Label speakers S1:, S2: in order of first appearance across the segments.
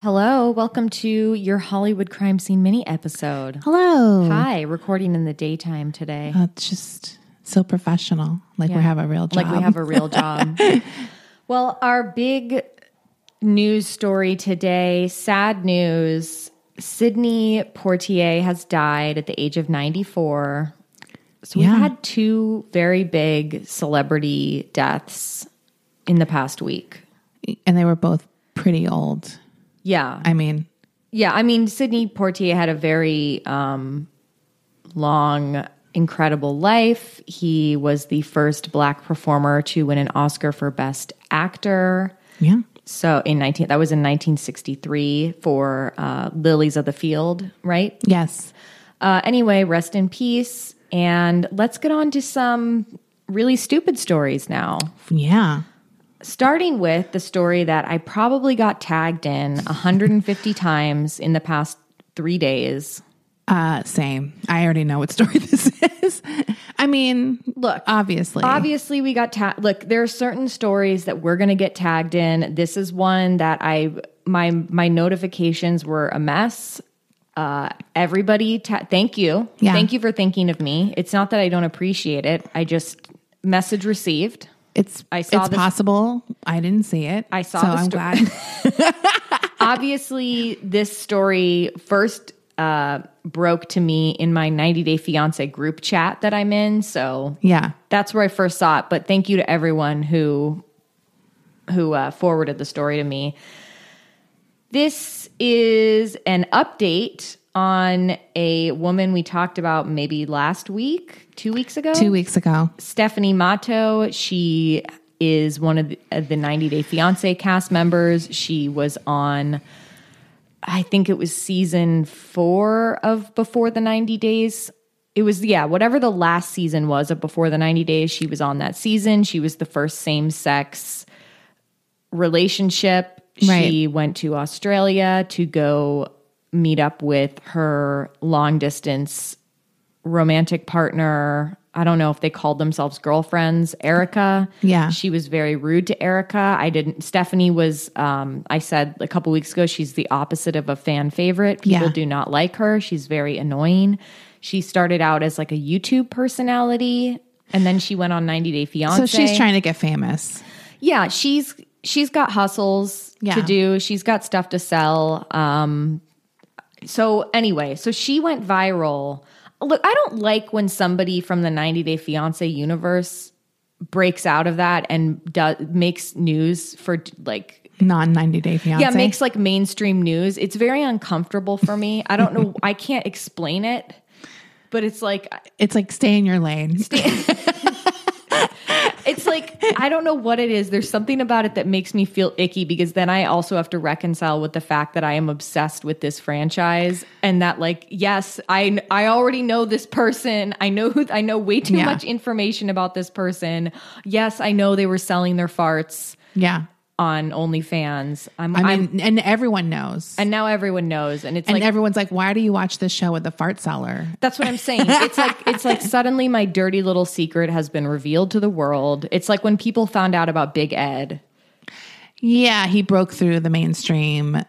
S1: Hello, welcome to your Hollywood crime scene mini episode.
S2: Hello.
S1: Hi, recording in the daytime today.
S2: That's just so professional. Like we
S1: Yeah.
S2: have a real job.
S1: Like we have a real job. well, our big news story today, sad news. Sydney Portier has died at the age of 94. So
S2: Yeah.
S1: we've had two very big celebrity deaths in the past week.
S2: and they were both pretty old.
S1: Yeah.
S2: I mean,
S1: Yeah, I mean, Sydney Portier had a very um, long, incredible life. He was the first black performer to win an Oscar for Best Actor.
S2: yeah.
S1: So in nineteen, that was in nineteen sixty three for uh, Lilies of the Field, right?
S2: Yes.
S1: Uh, anyway, rest in peace, and let's get on to some really stupid stories now.
S2: Yeah.
S1: Starting with the story that I probably got tagged in 150 times in the past three days.
S2: Uh, same. I already know what story this is. I mean,
S1: Look,
S2: obviously.
S1: Obviously, we got tagged. Look, there are certain stories that we're going to get tagged in. This is one that I my my notifications were a mess. Uh, everybody, ta- thank you,
S2: Yeah.
S1: thank you for thinking of me. It's not that I don't appreciate it. I just message received.
S2: it's
S1: I saw
S2: it's
S1: this-
S2: possible. I didn't see it.
S1: I saw
S2: So
S1: the
S2: I'm
S1: sto-
S2: glad.
S1: Obviously, this story first uh, broke to me in my 90 Day Fiance group chat that I'm in. So
S2: yeah.
S1: that's where I first saw it. But thank you to everyone who who uh, forwarded the story to me. This is an update on a woman we talked about maybe last week, two weeks ago.
S2: Two weeks ago.
S1: Stephanie Mato. She is one of the, uh, the 90 Day Fiance cast members. She was on, I think it was season four of Before the 90 Days. It was, yeah, whatever the last season was of Before the 90 Days, she was on that season. She was the first same sex relationship. She
S2: Right.
S1: went to Australia to go meet up with her long distance romantic partner. I don't know if they called themselves girlfriends, Erica.
S2: Yeah.
S1: She was very rude to Erica. I didn't, Stephanie was, um, I said a couple weeks ago, she's the opposite of a fan favorite. People
S2: Yeah.
S1: do not like her. She's very annoying. She started out as like a YouTube personality and then she went on 90 Day Fiance.
S2: So she's trying to get famous.
S1: Yeah, she's she's got hustles
S2: Yeah.
S1: to do. She's got stuff to sell. Um so anyway, so she went viral. Look, I don't like when somebody from the 90 Day Fiance universe breaks out of that and does makes news for like
S2: Non 90 day fiance.
S1: yeah, it makes like mainstream news. It's very uncomfortable for me. I don't know. I can't explain it, but it's like
S2: it's like stay in your lane.
S1: it's like I don't know what it is. There's something about it that makes me feel icky because then I also have to reconcile with the fact that I am obsessed with this franchise and that like yes, I I already know this person. I know who I know way too
S2: Yeah.
S1: much information about this person. Yes, I know they were selling their farts
S2: yeah.
S1: on OnlyFans. I'm,
S2: I
S1: I'm
S2: mean, and everyone knows.
S1: and now everyone knows and it's
S2: and
S1: like
S2: everyone's like, why do you watch this show with the fart seller?
S1: That's what I'm saying. It's like it's like suddenly my dirty little secret has been revealed to the world. It's like when people found out about Big Ed.
S2: Yeah, he broke through the mainstream.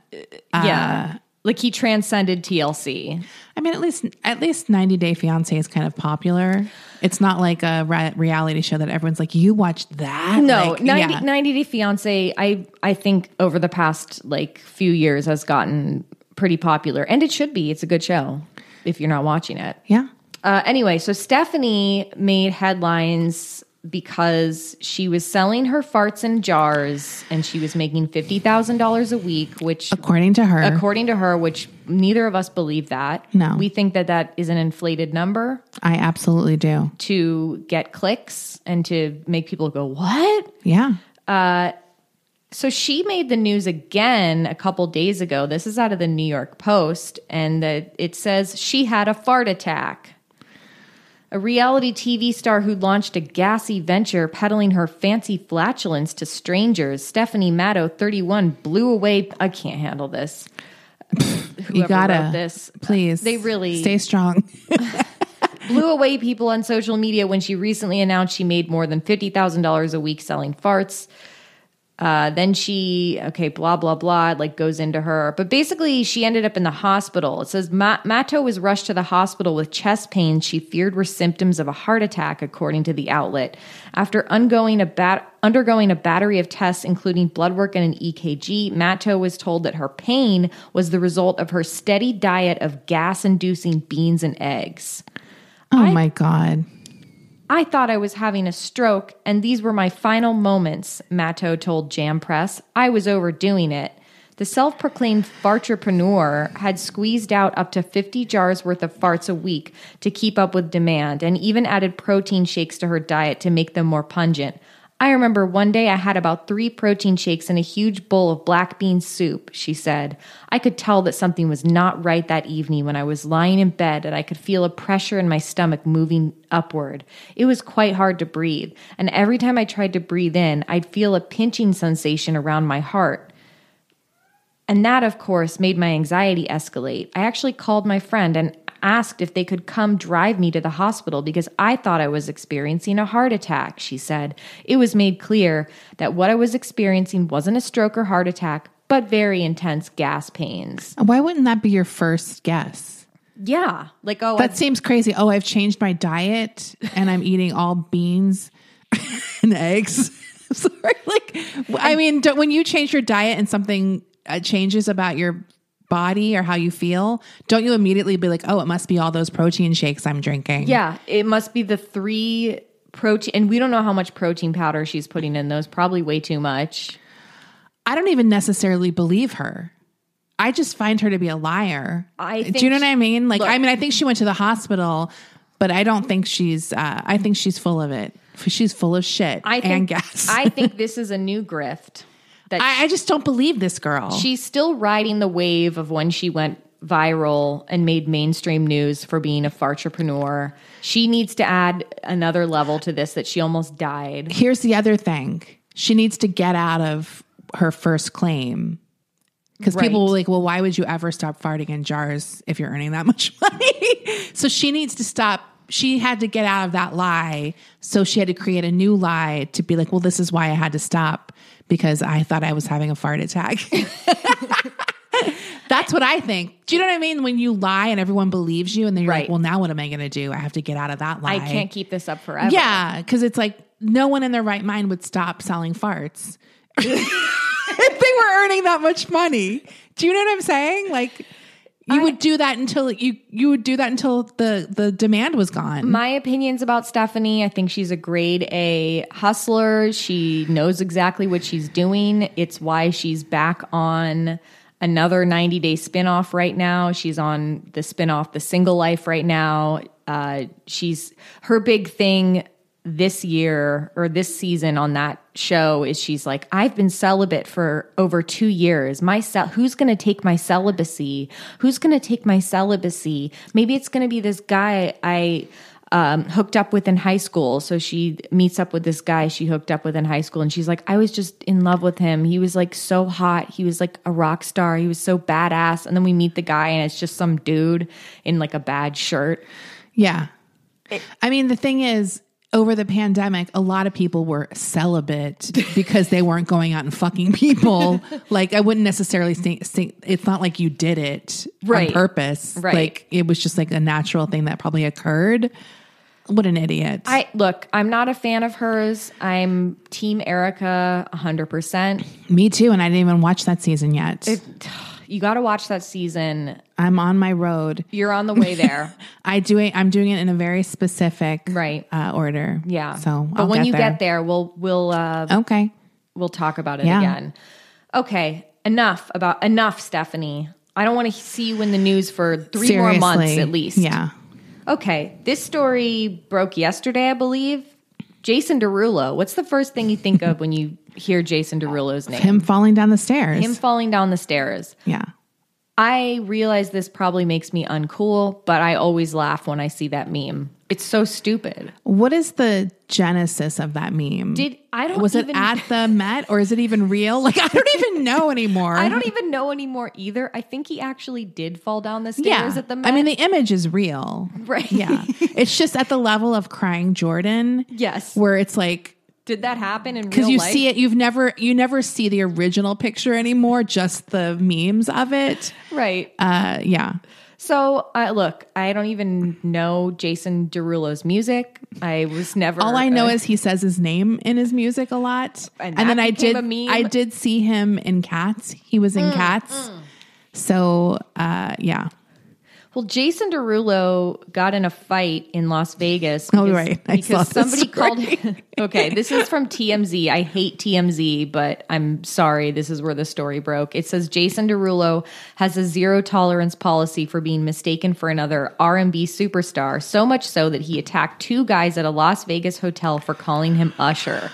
S1: yeah. Uh, Like he transcended TLC.
S2: I mean, at least at least 90 Day Fiance is kind of popular. It's not like a re- reality show that everyone's like, you watched that?
S1: No,
S2: Like,
S1: 90,
S2: yeah.
S1: 90 Day Fiance, I I think over the past like few years has gotten pretty popular and it should be. It's a good show if you're not watching it.
S2: yeah,
S1: Uh, anyway, so Stephanie made headlines because she was selling her farts in jars and she was making $50,000 a week, which
S2: according to her.
S1: according to her, which neither of us believe that.
S2: No.
S1: We think that that is an inflated number
S2: I absolutely do.
S1: to get clicks and to make people go, what?
S2: Yeah,
S1: So she made the news again a couple days ago. This is out of the New York Post, and the, it says she had a fart attack. A reality TV star who launched a gassy venture peddling her fancy flatulence to strangers, Stephanie Maddow, 31, blew away. I can't handle this.
S3: you gotta
S1: wrote this,
S3: please.
S1: they really-
S3: stay strong.
S1: blew away people on social media when she recently announced she made more than $50,000 a week selling farts. Uh, then she, okay, blah, blah, blah, it, like goes into her. But basically, she ended up in the hospital. It says Ma- Matto was rushed to the hospital with chest pains she feared were symptoms of a heart attack, according to the outlet. After undergoing a, bat- undergoing a battery of tests, including blood work and an E EKG, Matto was told that her pain was the result of her steady diet of gas inducing beans and eggs.
S3: Oh my god.
S1: I thought I was having a stroke, and these were my final moments, Matto told Jam Press. I was overdoing it. The self proclaimed fartrepreneur had squeezed out up to 50 jars worth of farts a week to keep up with demand and even added protein shakes to her diet to make them more pungent. I remember one day I had about three protein shakes and a huge bowl of black bean soup, she said. I could tell that something was not right that evening when I was lying in bed and I could feel a pressure in my stomach moving upward. It was quite hard to breathe, and every time I tried to breathe in, I'd feel a pinching sensation around my heart. And that, of course, made my anxiety escalate. I actually called my friend and asked if they could come drive me to the hospital because I thought I was experiencing a heart attack, she said. It was made clear that what I was experiencing wasn't a stroke or heart attack, but very intense gas pains.
S3: Why wouldn't that be your first guess?
S1: Yeah. Like, oh,
S3: That seems crazy. Oh, I've changed my diet and I'm eating all beans and eggs. I'm Sorry, like I mean, don't, when you change your diet and something uh, changes about your body or how you feel, don't you immediately be like, "Oh, it must be all those protein shakes I'm drinking."
S1: Yeah, it must be the three protein, and we don't know how much protein powder she's putting in those. Probably way too much.
S3: I don't even necessarily believe her. I just find her to be a liar.
S1: I think
S3: do you know what
S1: she-
S3: I mean? Like, I
S1: Look.
S3: mean, I think she went to the hospital, but I don't think she's. Uh, I think she's full of it. She's full of shit
S1: I think,
S3: and gas. I,
S1: I think this is a new grift that
S3: I just don't believe this girl.
S1: she's still riding the wave of when she went viral and made mainstream news for being a fartrepreneur. She needs to add another level to this that she almost died.
S3: Here's the other thing: she needs to get out of her first claim because
S1: Right.
S3: people will be like, "Well, why would you ever stop farting in jars if you're earning that much money?" so she needs to stop. She had to get out of that lie, so she had to create a new lie to be like, "Well, this is why I had to stop because I thought I was having a fart attack." That's what I think. Do you know what I mean? When you lie and everyone believes you, and then you're like,
S1: Right.
S3: "Well, now what am I going to do? I have to get out of that lie."
S1: I can't keep this up forever.
S3: Yeah, because it's like no one in their right mind would stop selling farts if they were earning that much money. Do you know what I'm saying? Like you would do that until you you would do that until the the demand was gone.
S1: My opinions about Stephanie, I think she's a grade A hustler. She knows exactly what she's doing. It's why she's back on another 90 day spinoff right now. She's on the spinoff, The Single Life, right now. Uh, she's her big thing this year or this season on that show is she's like I've been celibate for over 2 years. My cel- who's going to take my celibacy? Who's going to take my celibacy? Maybe it's going to be this guy I um, hooked up with in high school. So she meets up with this guy she hooked up with in high school, and she's like, I was just in love with him. He was like so hot. He was like a rock star. He was so badass. And then we meet the guy, and it's just some dude in like a bad shirt.
S3: Yeah. I mean, the thing is, over the pandemic, a lot of people were celibate because they weren't going out and fucking people. like, I wouldn't necessarily think, think it's not like you did it
S1: Right.
S3: on purpose.
S1: Right.
S3: Like, it was just like a natural thing that probably occurred. What an idiot.
S1: I look, I'm not a fan of hers. I'm Team Erica 100%.
S3: Me too. And I didn't even watch that season yet.
S1: You got to watch that season.
S3: I'm on my road.
S1: You're on the way there.
S3: I do it. I'm doing it in a very specific
S1: Right.
S3: uh, order.
S1: Yeah.
S3: So,
S1: but
S3: I'll
S1: when
S3: get
S1: you
S3: there.
S1: get there, we'll we'll uh,
S3: okay.
S1: we'll talk about it
S3: Yeah.
S1: again. Okay, enough about enough, Stephanie. I don't want to see you in the news for three more months
S3: Seriously.
S1: at least.
S3: Yeah.
S1: Okay, this story broke yesterday, I believe. Jason Derulo. What's the first thing you think of when you hear Jason Derulo's name.
S3: Him falling down the stairs.
S1: Him falling down the stairs.
S3: yeah.
S1: I realize this probably makes me uncool, but I always laugh when I see that meme. It's so stupid.
S3: What is the genesis of that meme?
S1: Did I don't
S3: was
S1: even-
S3: it at the Met or is it even real? Like I don't even know anymore.
S1: I don't even know anymore either. I think he actually did fall down the
S3: yeah.
S1: stairs at the
S3: I
S1: Met.
S3: mean, the image is real.
S1: Right.
S3: Yeah. it's just at the level of crying Jordan.
S1: Yes.
S3: Where it's like
S1: did that happen in real
S3: because you
S1: life?
S3: see it, you've never you never see the original picture anymore, just the memes of it.
S1: Right.
S3: Uh, yeah.
S1: So, uh, look, I don't even know Jason Derulo's music. I was never.
S3: All I know
S1: uh,
S3: is he says his name in his music a lot,
S1: And
S3: and,
S1: that
S3: then I
S1: became
S3: did
S1: a meme. Mm,
S3: I did see him in Cats. He was in Cats. So uh, yeah,
S1: well, Jason Derulo got in a fight in Las Vegas.
S3: Oh, right. I saw
S1: because
S3: this
S1: somebody
S3: story.
S1: called. okay, this is from TMZ. I hate TMZ, but I'm sorry. This is where the story broke. It says Jason Derulo has a zero tolerance policy for being mistaken for another R&B superstar. So much so that he attacked two guys at a Las Vegas hotel for calling him Usher.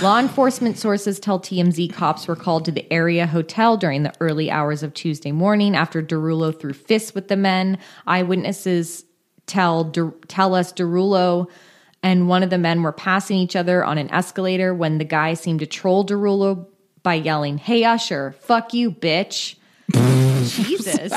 S1: Law enforcement sources tell TMZ cops were called to the area hotel during the early hours of Tuesday morning after Derulo threw fists with the men. Eyewitnesses tell Der- tell us Derulo and one of the men were passing each other on an escalator when the guy seemed to troll Derulo by yelling, "Hey Usher, fuck you, bitch." Jesus.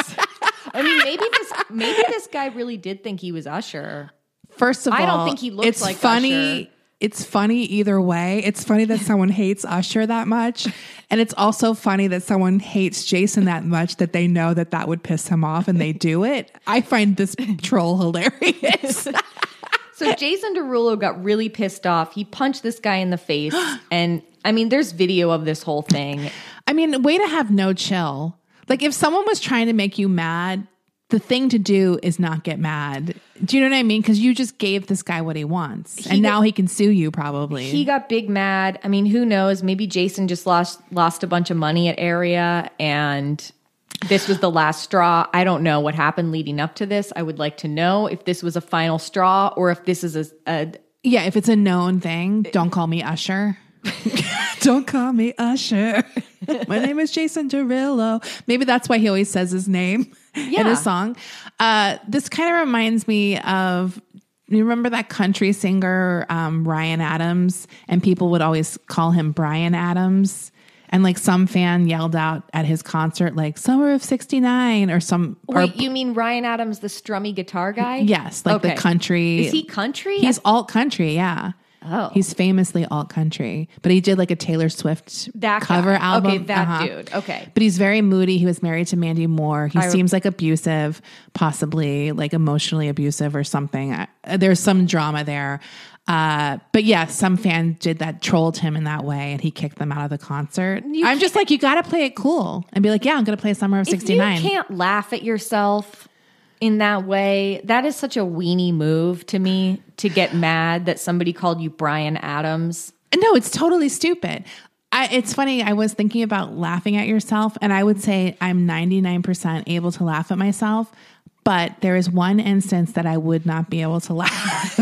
S1: I mean, maybe this maybe this guy really did think he was Usher.
S3: First of all,
S1: I don't think he looks
S3: it's
S1: like
S3: funny.
S1: Usher.
S3: It's funny either way. It's funny that someone hates Usher that much, and it's also funny that someone hates Jason that much that they know that that would piss him off and they do it. I find this troll hilarious.
S1: So Jason Derulo got really pissed off. He punched this guy in the face, and I mean, there's video of this whole thing.
S3: I mean, way to have no chill. Like if someone was trying to make you mad, the thing to do is not get mad. Do you know what I mean? Because you just gave this guy what he wants, and now he can sue you probably.
S1: He got big mad. I mean, who knows? Maybe Jason just lost lost a bunch of money at area, and this was the last straw. I don't know what happened leading up to this. I would like to know if this was a final straw or if this is a, a
S3: Yeah, if it's a known thing, don't call me Usher. don't call me Usher. My name is Jason Derulo. Maybe that's why he always says his name in
S1: Yeah.
S3: his song. Uh, this kind of reminds me of you remember that country singer um, Ryan Adams, and people would always call him Brian Adams. And like some fan yelled out at his concert, like "Summer of '69" or some. or-
S1: wait. you mean Ryan Adams, the strummy guitar guy?
S3: yes, like
S1: Okay.
S3: the country.
S1: Is he country?
S3: He's alt country, yeah.
S1: Oh.
S3: He's famously alt country, but he did like a Taylor Swift
S1: That guy.
S3: cover
S1: Okay,
S3: album. Uh-huh.
S1: that dude. Okay.
S3: But he's very moody. He was married to Mandy Moore. He seems like abusive, possibly like emotionally abusive or something. I, there's some drama there. Uh, but yeah, some fan did that, trolled him in that way, and he kicked them out of the concert. I'm just like, you got to play it cool and be like, yeah, I'm going to play Summer of
S1: If
S3: '69.
S1: You can't laugh at yourself in that way. That is such a weenie move to me to get mad that somebody called you Brian Adams.
S3: No, it's totally stupid. I, it's funny. I was thinking about laughing at yourself, and I would say I'm 99% able to laugh at myself, but there is one instance that I would not be able to laugh.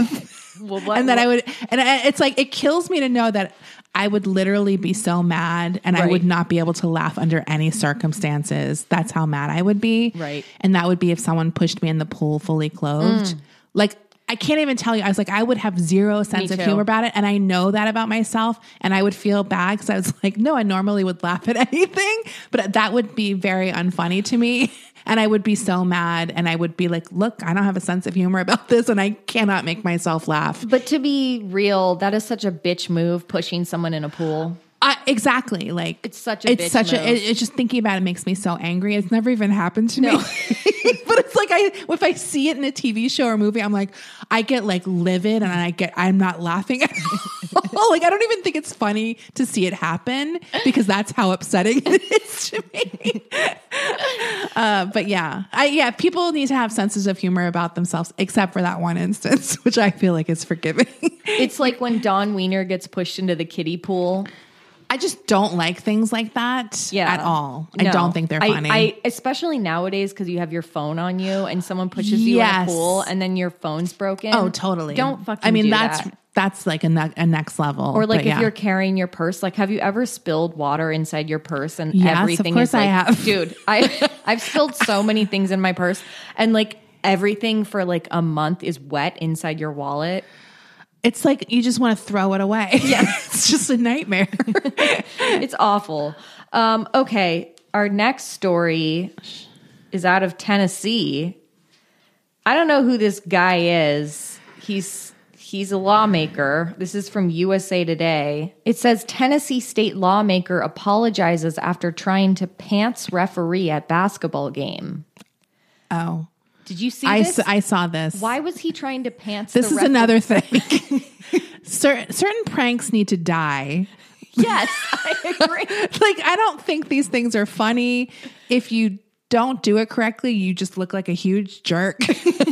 S3: and that I would, and I, it's like, it kills me to know that I would literally be so mad and I
S1: Right.
S3: would not be able to laugh under any circumstances. That's how mad I would be.
S1: Right. Mm.
S3: And that would be if someone pushed me in the pool fully clothed. Like, I can't even tell you. I was like, I would have zero sense of
S1: too.
S3: humor about it. And I know that about myself. And I would feel bad because I was like, no, I normally would laugh at anything, but that would be very unfunny to me. And I would be so mad. And I would be like, look, I don't have a sense of humor about this. And I cannot make myself laugh.
S1: But to be real, that is such a bitch move pushing someone in a pool.
S3: I, exactly. Like, it's
S1: such a
S3: it's
S1: bitch
S3: such
S1: move.
S3: a, it, it's just thinking about it makes me so angry. It's never even happened to me. but it's like, I, if I see it in a TV show or movie, I'm like, I get like livid and I get, I'm not laughing at all. like, I don't even think it's funny to see it happen because that's how upsetting it is to me. uh, but yeah, I, yeah, people need to have senses of humor about themselves, except for that one instance, which I feel like is forgiving.
S1: It's like when Don Wiener gets pushed into the kiddie pool.
S3: I just don't like things like that
S1: Yeah.
S3: at all. I
S1: No.
S3: don't think they're
S1: I-
S3: funny.
S1: I, especially nowadays because you have your phone on you and someone pushes you in
S3: Yes.
S1: a pool and then your phone's broken.
S3: oh, totally.
S1: Don't fucking
S3: I mean,
S1: do
S3: that's
S1: that.
S3: That's like a, ne- a next level.
S1: Or like
S3: But
S1: if
S3: yeah.
S1: you're carrying your purse, like have you ever spilled water inside your purse and
S3: Yes, of
S1: everything
S3: course
S1: is like,
S3: I have.
S1: dude, I I've spilled so many things in my purse and like everything for like a month is wet inside your wallet.
S3: it's like you just want to throw it away. Yeah, it's just a nightmare.
S1: It's awful. Um, okay, our next story is out of Tennessee. I don't know who this guy is. He's he's a lawmaker. This is from USA Today. It says Tennessee state lawmaker apologizes after trying to pants referee at basketball game.
S3: oh,
S1: Did you see
S3: I,
S1: this?
S3: s- I saw this.
S1: Why was he trying to pants?
S3: This
S1: the
S3: is
S1: referee?
S3: another thing. certain, certain pranks need to die.
S1: Yes, I agree.
S3: Like I don't think these things are funny. If you don't do it correctly, you just look like a huge jerk.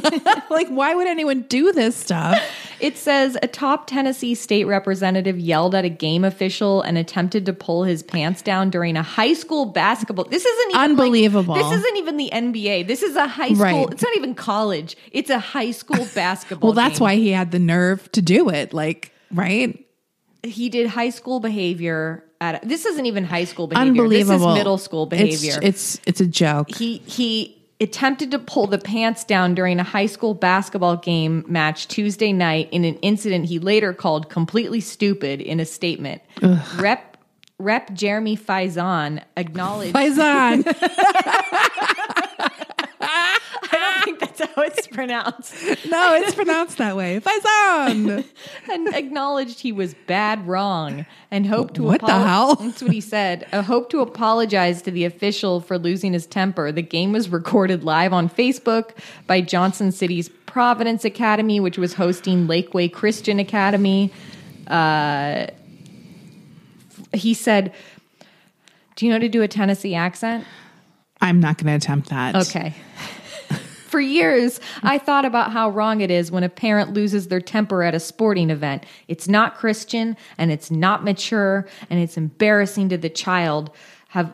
S3: like why would anyone do this stuff?
S1: It says a top Tennessee state representative yelled at a game official and attempted to pull his pants down during a high school basketball. This isn't even like-
S3: Unbelievable.
S1: this isn't even the NBA. This is a high school.
S3: Right.
S1: It's not even college. It's a high school basketball.
S3: Well, that's
S1: game.
S3: why he had the nerve to do it. Like right?
S1: he did high school behavior. At a, this isn't even high school behavior. This
S3: Unbelievable.
S1: is middle school
S3: It's-
S1: behavior.
S3: It's it's, a joke.
S1: he he attempted to pull the pants down during a high school basketball game match Tuesday night in an incident he later called completely stupid in a statement. Rep Rep Jeremy Faison acknowledged
S3: Faison.
S1: I don't think that's how it's pronounced.
S3: no, it's pronounced that way. Faison.
S1: and acknowledged he was bad wrong and hoped to
S3: What the
S1: apolo-
S3: hell?
S1: that's what he said uh, hoped to apologize to the official for losing his temper the game was recorded live on facebook by johnson city's providence academy which was hosting lakeway christian academy uh, he said do you know how to do a tennessee accent
S3: I'm not going to attempt that.
S1: Okay. For years, I thought about how wrong it is when a parent loses their temper at a sporting event. It's not Christian and it's not mature and it's embarrassing to the child. Have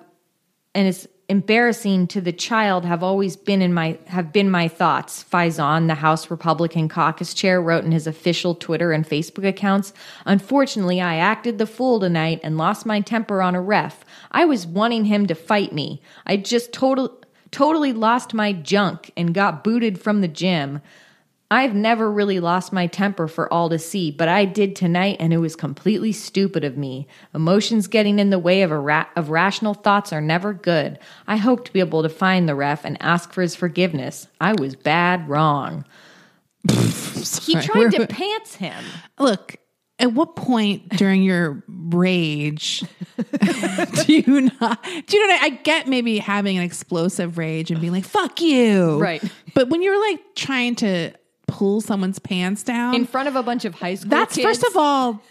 S1: and it's embarrassing to the child have always been in my have been my thoughts faison the house republican caucus chair wrote in his official twitter and facebook accounts unfortunately i acted the fool tonight and lost my temper on a ref i was wanting him to fight me i just total, totally lost my junk and got booted from the gym I've never really lost my temper for all to see, but I did tonight, and it was completely stupid of me. Emotions getting in the way of, a ra- of rational thoughts are never good. I hope to be able to find the ref and ask for his forgiveness. I was bad wrong. he tried to pants him.
S3: Look, at what point during your rage do you not? Do you know? What I, I get maybe having an explosive rage and being like "fuck you,"
S1: Right.
S3: But when you're like trying to pull someone's pants down,
S1: In front of a bunch of high school
S3: that's
S1: kids.
S3: first of all,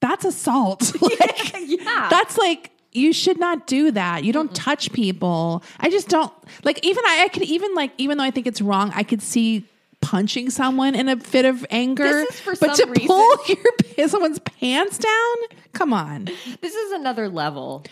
S3: that's assault. Like,
S1: yeah.
S3: That's like you should not do that. You don't touch people. I just don't like even I, I could even like even though I think it's wrong, I could see punching someone in a fit of anger.
S1: This is for
S3: but
S1: some
S3: to
S1: reason-
S3: pull your someone's pants down, come on.
S1: this is another level.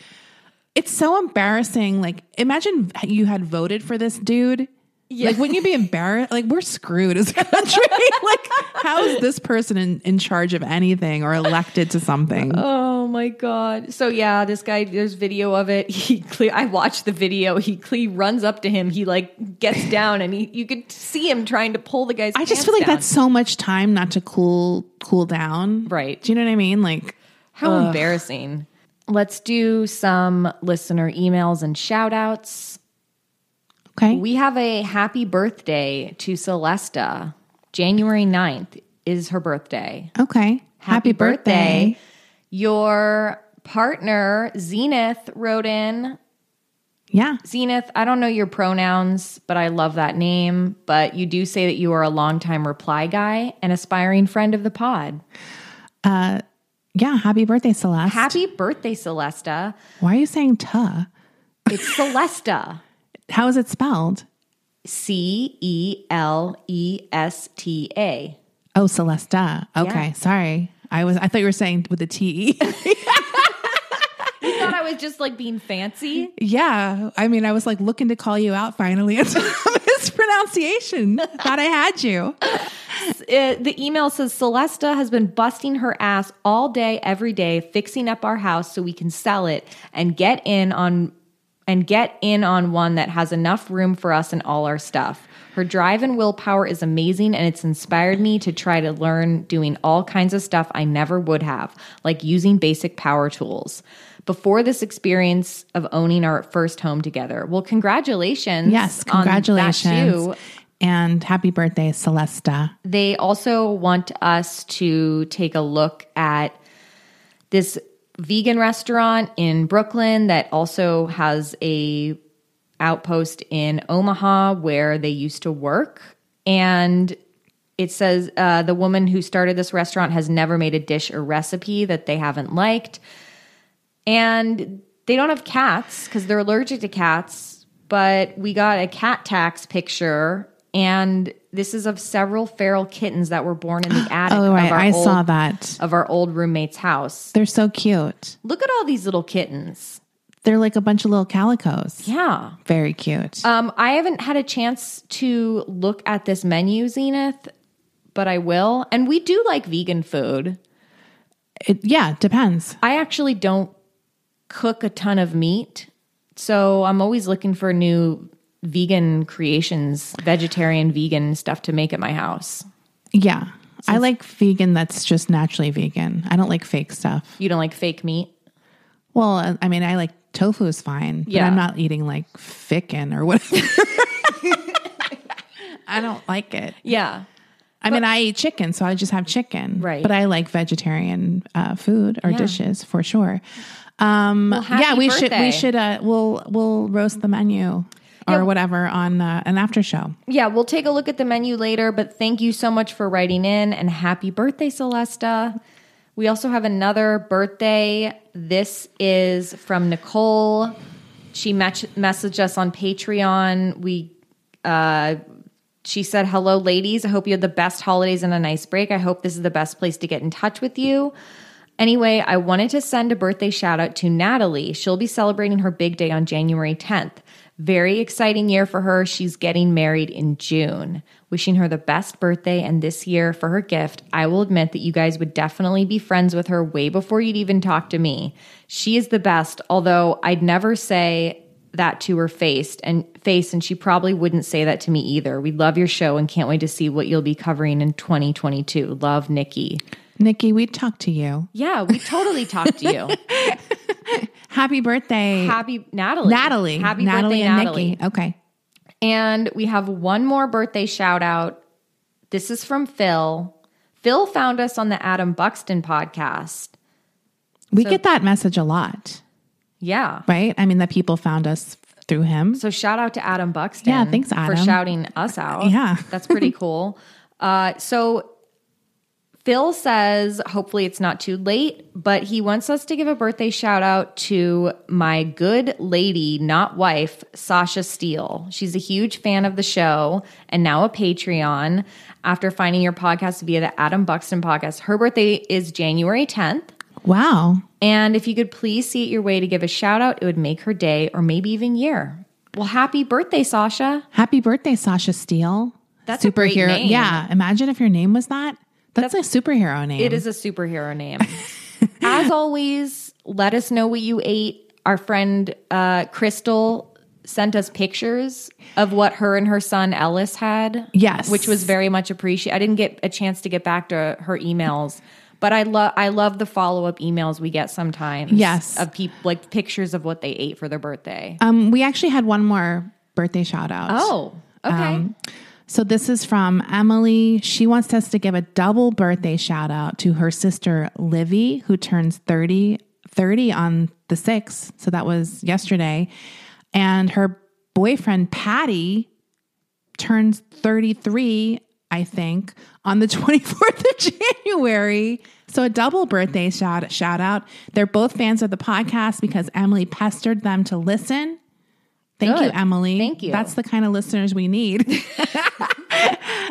S3: It's so embarrassing. Like imagine you had voted for this dude. Like wouldn't you be embarrassed? Like we're screwed as a country. like how is this person in, in charge of anything or elected to something?
S1: Oh my god! So yeah, this guy. There's video of it. He cle I watched the video. He cle runs up to him. He like gets down, and he you could see him trying to pull the guy's.
S3: I just
S1: pants
S3: feel like
S1: down.
S3: that's so much time not to cool cool down.
S1: Right.
S3: Do you know what I mean? Like
S1: how embarrassing. Let's do some listener emails and shout outs.
S3: okay.
S1: We have a happy birthday to Celesta. January 9th is her birthday.
S3: okay. Happy,
S1: Your partner, Zenith, wrote in
S3: Yeah.
S1: Zenith, I don't know your pronouns, but I love that name. But you do say that you are a longtime reply guy and aspiring friend of the pod.
S3: Yeah, happy birthday, Celeste.
S1: Happy birthday, Celesta.
S3: Why are you saying tuh?
S1: It's Celesta.
S3: How is it spelled?
S1: C E L E S T A.
S3: Oh, Celesta. Okay.
S1: Yeah.
S3: Sorry. I was I thought you were saying with the T E.
S1: You thought I was just like being fancy?
S3: yeah. I mean, I was like looking to call you out finally. It's pronunciation. Thought I had you.
S1: Uh, the email says Celesta has been busting her ass all day, every day, fixing up our house so we can sell it and get in on and get in on one that has enough room for us and all our stuff. Her drive and willpower is amazing, and it's inspired me to try to learn doing all kinds of stuff I never would have, like using basic power tools. Before this experience of owning our first home together. Well, congratulations.
S3: Yes,
S1: on that
S3: congratulations.
S1: too.
S3: And happy birthday, Celesta.
S1: They also want us to take a look at this vegan restaurant in Brooklyn that also has a outpost in Omaha where they used to work and it says uh, the woman who started this restaurant has never made a dish or recipe that they haven't liked and they don't have cats because they're allergic to cats. But we got a cat tax picture, and this is of several feral kittens that were born in the attic.
S3: Oh,
S1: of
S3: I,
S1: our
S3: I
S1: old,
S3: saw that.
S1: of our old roommate's house.
S3: They're so cute.
S1: Look at all these little kittens.
S3: They're like a bunch of little calicos.
S1: Yeah.
S3: Very cute.
S1: Um, I haven't had a chance to look at this menu, Zenith, but I will. And we do like vegan food.
S3: it, yeah, depends.
S1: I actually don't cook a ton of meat, so I'm always looking for new vegan creations, vegetarian, vegan stuff to make at my house.
S3: Yeah. I like vegan that's just naturally vegan. I don't like fake stuff.
S1: You don't like fake meat?
S3: Well, I- I mean, I like tofu is fine, but
S1: Yeah.
S3: I'm not eating like ficken or whatever. I don't like it.
S1: Yeah.
S3: I mean, I eat chicken, so I just have chicken.
S1: Right.
S3: But I like vegetarian uh, food or dishes for sure. Um,
S1: happy
S3: yeah, we should
S1: birthday.
S3: we should uh, we'll we'll roast the menu or whatever on uh, an after show.
S1: Yeah, we'll take a look at the menu later, but thank you so much for writing in and happy birthday, Celesta. We also have another birthday. This is from Nicole. She match- messaged us on Patreon. We She said, Hello, ladies. I hope you had the best holidays and a nice break. I hope this is the best place to get in touch with you. Anyway, I wanted to send a birthday shout out to Natalie. She'll be celebrating her big day on January 10th. Very exciting year for her. She's getting married in June. Wishing her the best birthday and this year for her gift. I will admit that you guys would definitely be friends with her way before you'd even talk to me. She is the best, although I'd never say that to her face and face and she probably wouldn't say that to me either. We love your show and can't wait to see what you'll be covering in 2022. Love Nikki.
S3: Nikki, we talked to you.
S1: Yeah, we totally talked to you.
S3: Happy birthday,
S1: Happy Natalie.
S3: Natalie.
S1: Happy
S3: Natalie
S1: birthday
S3: and
S1: Natalie.
S3: Nikki. Okay.
S1: And we have one more birthday shout out. This is from Phil. Phil found us on the Adam Buxton podcast.
S3: We get that message a lot,
S1: Yeah.
S3: right? I mean, that people found us through him.
S1: So shout out to Adam Buxton.
S3: Yeah, thanks,
S1: for
S3: Adam.
S1: shouting us out.
S3: Yeah.
S1: that's pretty cool. Uh, so Phil says, hopefully it's not too late, but he wants us to give a birthday shout out to my good lady, not wife, Sasha Steele. She's a huge fan of the show and now a Patreon. After finding your podcast via the Adam Buxton podcast, her birthday is January 10th.
S3: wow.
S1: And if you could please see it your way to give a shout out, it would make her day or maybe even year. Well, happy birthday, Sasha.
S3: Happy birthday, Sasha Steele.
S1: That's a great name.
S3: Yeah. Imagine if your name was that. That's, a superhero name.
S1: It is a superhero name. As always, let us know what you ate. Our friend uh, Crystal sent us pictures of what her and her son Ellis had.
S3: Yes.
S1: which was very much appreciated. I didn't get a chance to get back to her emails, but I love I love the follow up emails we get sometimes.
S3: Yes.
S1: of people like pictures of what they ate for their birthday.
S3: Um, we actually had one more birthday shout out.
S1: oh, okay.
S3: So this is from Emily. She wants us to give a double birthday shout out to her sister Livy, who turns 30, 30 on the 6th. So that was yesterday. And her boyfriend Patty turns 33, I think, on the 24th of January. So a double birthday shout shout out. They're both fans of the podcast because Emily pestered them to listen. Thank you,
S1: Good.
S3: Emily.
S1: Thank you.
S3: That's the kind of listeners we need.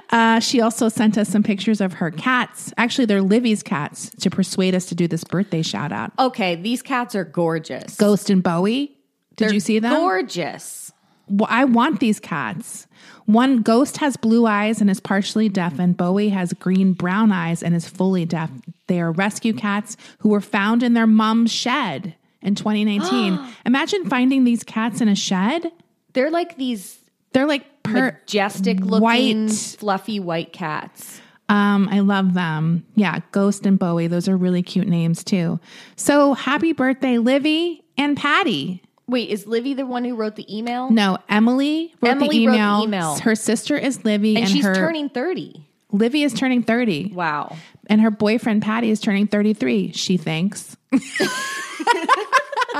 S3: uh, she also sent us some pictures of her cats. Actually, they're Livy's cats to persuade us to do this birthday shout out.
S1: Okay, these cats are gorgeous.
S3: Ghost and Bowie. Did you see them?
S1: Gorgeous.
S2: w- I want these cats. One ghost has blue eyes and is partially deaf, and Bowie has green brown eyes and is fully deaf. They are rescue cats who were found in their mom's shed in 2019. Imagine finding these cats in a shed.
S1: They're like these
S2: They're like per-
S1: majestic looking,
S2: white.
S1: fluffy white cats.
S2: Um, I love them. Yeah, Ghost and Bowie. Those are really cute names too. So happy birthday, Livy and Patty.
S1: Wait, is Livy the one who wrote the email?
S2: No, Emily wrote the
S1: Emily wrote the
S2: email.
S1: email.
S2: Her sister is Livy,
S1: and,
S2: and,
S1: she's
S2: her
S1: turning 30.
S2: Livy is turning thirty,
S1: Wow.
S2: and her boyfriend Patty is turning thirty-three. She thinks. I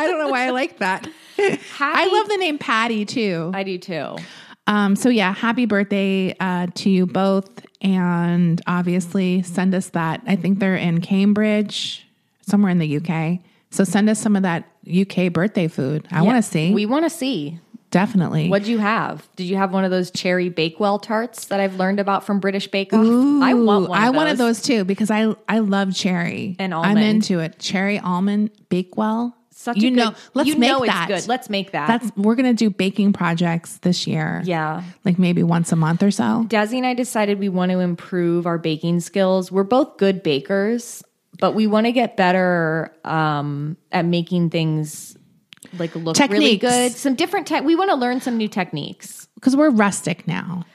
S2: don't know why I like that. I
S1: Happy-
S2: love the name Patty too.
S1: I do too.
S2: Um, so yeah, happy birthday uh, to you both, and obviously send us that. I think they're in Cambridge, somewhere in the UK. So send us some of that UK birthday food. I want to see.
S1: We want to see.
S2: definitely.
S1: What'd you have? Did you have one of those cherry Bakewell tarts that I've learned about from British Bake Off? I want
S2: Ooh,
S1: one.
S2: I
S1: of those.
S2: wanted those too because I I love cherry
S1: And
S2: I'm
S1: almond.
S2: into it. Cherry almond Bakewell.
S1: Such
S2: you
S1: a good,
S2: know. Let's
S1: you
S2: make
S1: know
S2: that.
S1: It's good. Let's make that.
S2: That's we're gonna do baking projects this year.
S1: Yeah.
S2: like maybe once a month or so.
S1: Desi and I decided we want to improve our baking skills. We're both good bakers, but we want to get better um, at making things like look really
S2: Techniques.
S1: good. Some different tech. We want to learn some new techniques.
S2: Because we're rustic now.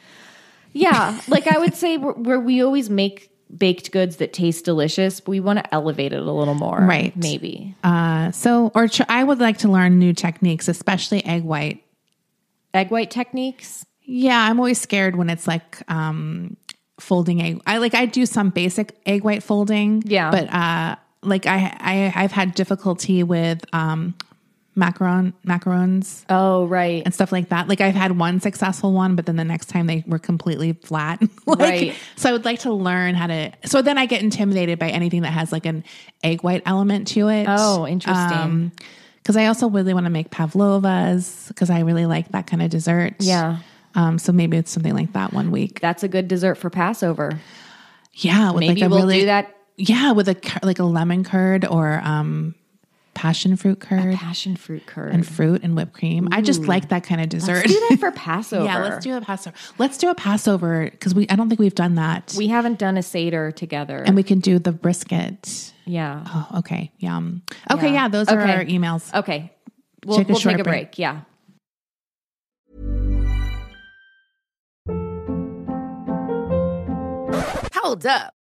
S1: Yeah, like I would say, where- where we always make baked goods that taste delicious, but we want to elevate it a little more,
S2: Right.
S1: Maybe
S2: Uh, So, or tr- I would like to learn new techniques, especially egg white.
S1: egg white techniques.
S2: Yeah, I'm always scared when it's like um, folding egg. I like I do some basic egg white folding.
S1: Yeah.
S2: but uh, like I, I I've had difficulty with um, macaron macarons
S1: Oh, right.
S2: and stuff like that. Like I've had one successful one, but then the next time they were completely flat. like,
S1: Right.
S2: So I would like to learn how to. So then I get intimidated by anything that has like an egg white element to it.
S1: Oh, interesting.
S2: because I also really want to make pavlovas because I really like that kind of dessert.
S1: Yeah.
S2: Um, so maybe it's something like that one week.
S1: That's a good dessert for Passover.
S2: yeah. With
S1: Maybe
S2: like a
S1: we'll
S2: really,
S1: do that
S2: Yeah, with a cur- like a lemon curd or um, passion fruit curd
S1: passion fruit curd.
S2: and fruit and whipped cream. I just like that kind of dessert.
S1: do that for Passover.
S2: yeah, let's do a Passover. Let's do a Passover because we I don't think we've done that.
S1: We haven't done a seder together.
S2: and we can do the brisket.
S1: yeah.
S2: Oh, okay. Yum. Okay, yeah, those are
S1: Okay.
S2: our emails.
S1: Okay. We'll
S2: Take a
S1: we'll
S2: short
S1: take a
S2: break.
S1: break. Yeah.
S4: Hold up.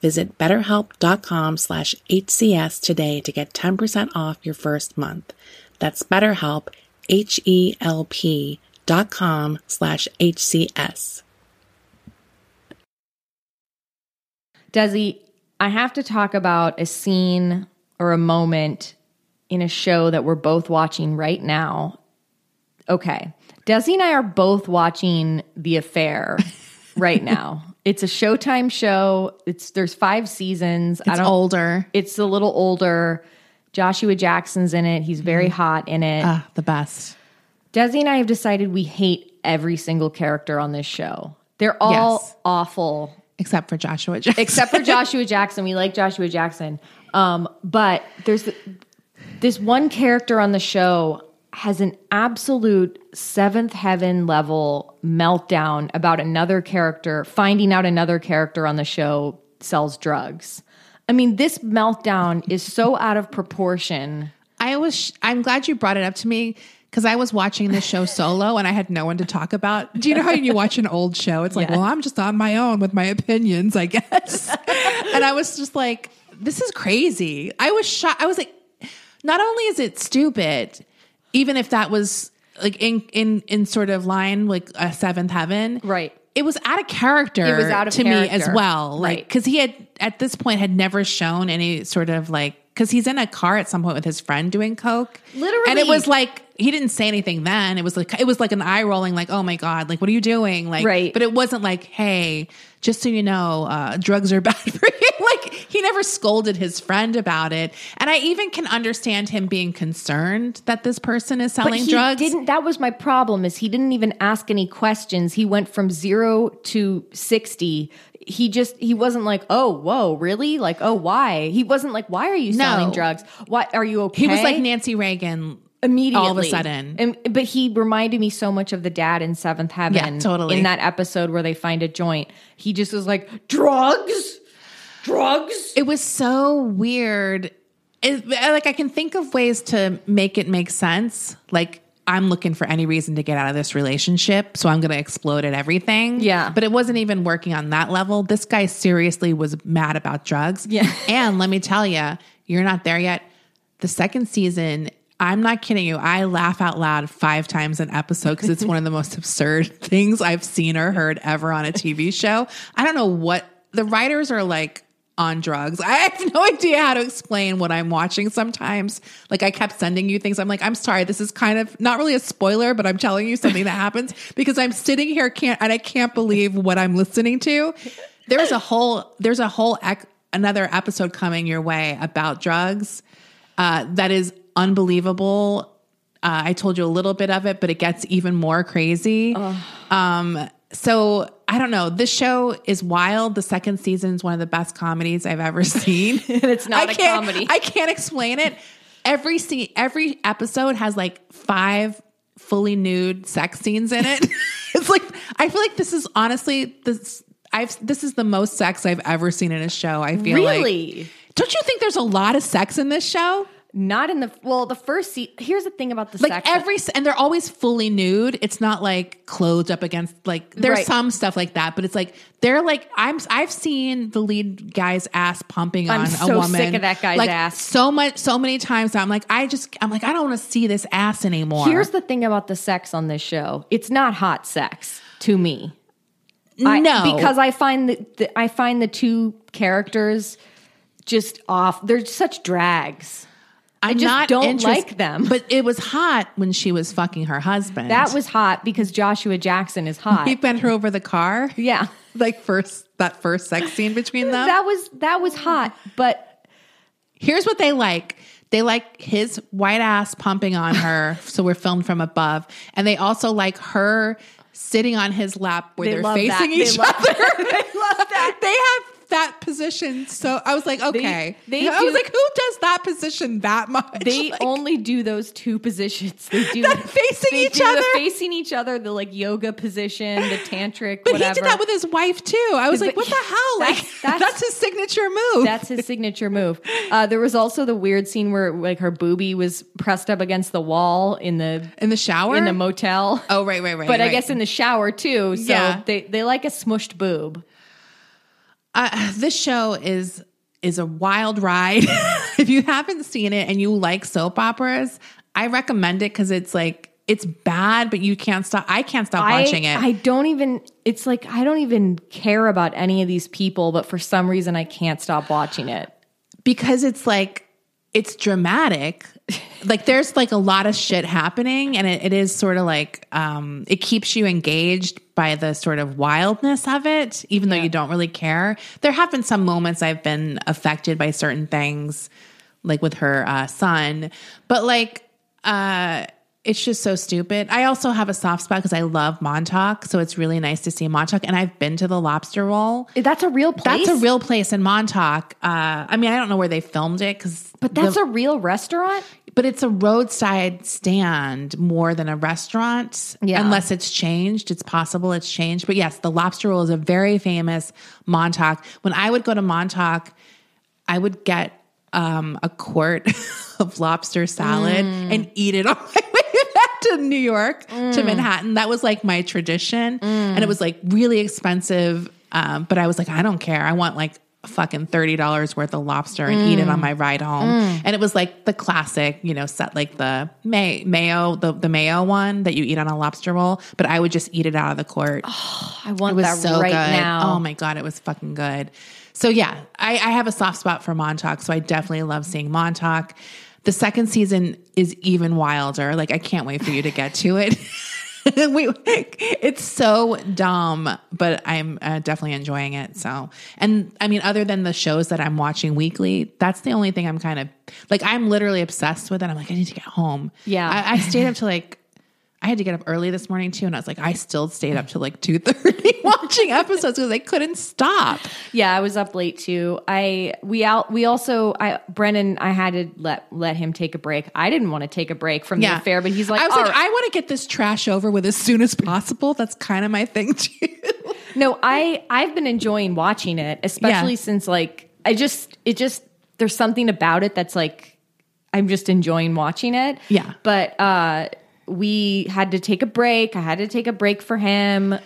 S3: Visit betterhelp.com slash HCS today to get 10% off your first month. That's betterhelp, H-E-L-P dot com slash HCS.
S1: Desi, I have to talk about a scene or a moment in a show that we're both watching right now. Okay. Desi and I are both watching The Affair right now. It's a Showtime show. It's there's 5 seasons. I
S2: It's
S1: don't
S2: older.
S1: It's a little older. Joshua Jackson's in it. He's very hot in it.
S2: Ah, the best.
S1: Desi and I have decided we hate every single character on this show. They're all
S2: Yes.
S1: awful
S2: Except for Joshua Jackson.
S1: except for Joshua Jackson. We like Joshua Jackson. Um, but there's the, this one character on the show has an absolute seventh heaven level meltdown about another character finding out another character on the show sells drugs. I mean, this meltdown is so out of proportion.
S2: I was. Sh- I'm glad you brought it up to me because I was watching this show solo and I had no one to talk about. Do you know how you watch an old show? It's like, well, I'm just on my own with my opinions, I guess. and I was just like, this is crazy. I was shocked. I was like, not only is it stupid, even if that was like in in in sort of line like a seventh heaven,
S1: Right.
S2: It was out of character.
S1: It was out of
S2: to me as
S1: character.
S2: well, like
S1: Right.
S2: because he had at this point had never shown any sort of like because he's in a car at some point with his friend doing coke,
S1: Literally.
S2: and it was like he didn't say anything then. It was like it was like an eye rolling, like oh my god, like what are you doing, like
S1: Right.
S2: But it wasn't like hey, just so you know, uh, drugs are bad for you. like he never scolded his friend about it, and I even can understand him being concerned that this person is selling
S1: he
S2: drugs.
S1: Didn't that was my problem? Is he didn't even ask any questions. He went from zero to sixty. He just he wasn't like, oh, whoa, really? Like, oh, why? He wasn't like, why are you selling drugs? Why are you okay?
S2: he was like Nancy Reagan
S1: immediately
S2: all of a sudden.
S1: And, but he reminded me so much of the dad in Seventh Heaven.
S2: Yeah, totally.
S1: In that episode where they find a joint, he just was like, drugs, drugs.
S2: It was so weird. It, like I can think of ways to make it make sense. Like I'm looking for any reason to get out of this relationship, so I'm going to explode at everything.
S1: Yeah.
S2: but it wasn't even working on that level. This guy seriously was mad about drugs.
S1: Yeah.
S2: and let me tell you, you're not there yet. The second season. I'm not kidding you. I laugh out loud five times an episode because it's one of the most absurd things I've seen or heard ever on a TV show. I don't know what the writers are like on drugs. I have no idea how to explain what I'm watching sometimes. Like I kept sending you things. I'm like, I'm sorry, this is kind of not really a spoiler, but I'm telling you something that happens because I'm sitting here can't and I can't believe what I'm listening to. There's a whole there's a whole ec- another episode coming your way about drugs. Uh, that is unbelievable. Uh, I told you a little bit of it, but it gets even more crazy. Um, so I don't know. This show is wild. The second season is one of the best comedies I've ever seen.
S1: It's not
S2: I
S1: a
S2: can't-
S1: comedy.
S2: I can't explain it. Every scene, every episode has like five fully nude sex scenes in it. it's like I feel like this is honestly this. I've this is the most sex I've ever seen in a show. I feel like.
S1: Really?
S2: Don't you think there's a lot of sex in this show?
S1: Not in the well. The first seat. Here's the thing about the
S2: Like
S1: sex.
S2: every s- and they're always fully nude. It's not like clothed up against like there's
S1: Right.
S2: some stuff like that, but it's like they're like I'm I've seen the lead guy's ass pumping
S1: I'm
S2: on
S1: so
S2: a woman.
S1: sick of that guy's
S2: like,
S1: ass.
S2: So much so many times that I'm like I just I'm like I don't want to see this ass anymore.
S1: Here's the thing about the sex on this show. It's not hot sex to me. I,
S2: No.
S1: because I find the, the I find the two characters just off. They're such drags.
S2: I'm
S1: just
S2: not
S1: don't
S2: interest-
S1: like them.
S2: But it was hot when she was fucking her husband.
S1: That was hot because Joshua Jackson is hot.
S2: he bent her over the car.
S1: yeah.
S2: Like first that first sex scene between them.
S1: That was that was hot, but
S2: Here's what they like. They like his white ass pumping on her, so we're filmed from above, and they also like her sitting on his lap where
S1: They
S2: they are
S1: love
S2: facing
S1: that. They
S2: each
S1: love
S2: other. they love that. They have that position. So I was like, okay.
S1: they
S2: I was
S1: do-
S2: like, who does that position that much?
S1: They
S2: Like,
S1: only do those two positions. They do
S2: That facing
S1: they
S2: each
S1: do
S2: other.
S1: the facing each other, the like yoga position, the tantric.
S2: but
S1: whatever.
S2: he did that with his wife too. I was
S1: But-
S2: like, what the hell? Like
S1: That's-
S2: that's,
S1: that's-
S2: his signature move.
S1: That's his signature move. Uh, there was also the weird scene where like her boobie was pressed up against the wall in the
S2: in the shower.
S1: in the motel.
S2: Oh, right, right, right,
S1: But I
S2: right.
S1: guess in the shower too. So
S2: Yeah.
S1: they they like a smushed boob.
S2: uh, this show is is a wild ride. if you haven't seen it and you like soap operas, I recommend it because it's like it's bad, but you can't stop. I can't stop watching it.
S1: I don't even. It's like I don't even care about any of these people, but for some reason I can't stop watching it.
S2: because it's like it's dramatic like there's like a lot of shit happening and it, it is sort of like um it keeps you engaged by the sort of wildness of it even though you don't really care there have been some moments i've been affected by certain things like with her uh, son but like uh it's just so stupid. I also have a soft spot because I love Montauk, so it's really nice to see Montauk. And I've been to the Lobster Roll.
S1: That's a real place.
S2: That's a real place in Montauk. Uh, I mean, I don't know where they filmed it because,
S1: But that's a real restaurant.
S2: but it's a roadside stand more than a restaurant.
S1: Yeah.
S2: Unless it's changed, it's possible it's changed. But yes, the Lobster Roll is a very famous Montauk. When I would go to Montauk, I would get um, a quart of lobster salad and eat it on my way back to New York to Manhattan. That was like my tradition, and it was like really expensive. Um, but I was like, I don't care. I want like fucking thirty dollars worth of lobster and eat it on my ride home. And it was like the classic, you know, set like the may- mayo, the the mayo one that you eat on a lobster roll. But I would just eat it out of the quart.
S1: I want
S2: It was
S1: that
S2: so
S1: right
S2: good.
S1: now.
S2: Oh my god, it was fucking good. So yeah, I, I have a soft spot for Montauk, so I definitely love seeing Montauk. The second season is even wilder. Like I can't wait for you to get to it. we, it's so dumb, but I'm uh, definitely enjoying it. So, and I mean, other than the shows that I'm watching weekly, that's the only thing I'm kind of like. I'm literally obsessed with it. I'm like, I need to get home.
S1: Yeah.
S2: I, I stayed up to like I had to get up early this morning too, and I was like, I still stayed up till like two thirty watching episodes because I couldn't stop.
S1: Yeah, I was up late too. I we out we also I Brennan I had to let let him take a break. I didn't want to take a break from the affair, but he's like, "Oh,
S2: I was
S1: "All
S2: like,
S1: right."
S2: I want to get this trash over with as soon as possible. That's kind of my thing too.
S1: no, I I've been enjoying watching it, especially
S2: Yeah.
S1: since like I just it just there's something about it that's like I'm just enjoying watching it.
S2: Yeah.
S1: but uh we had to take a break. I had to take a break for him.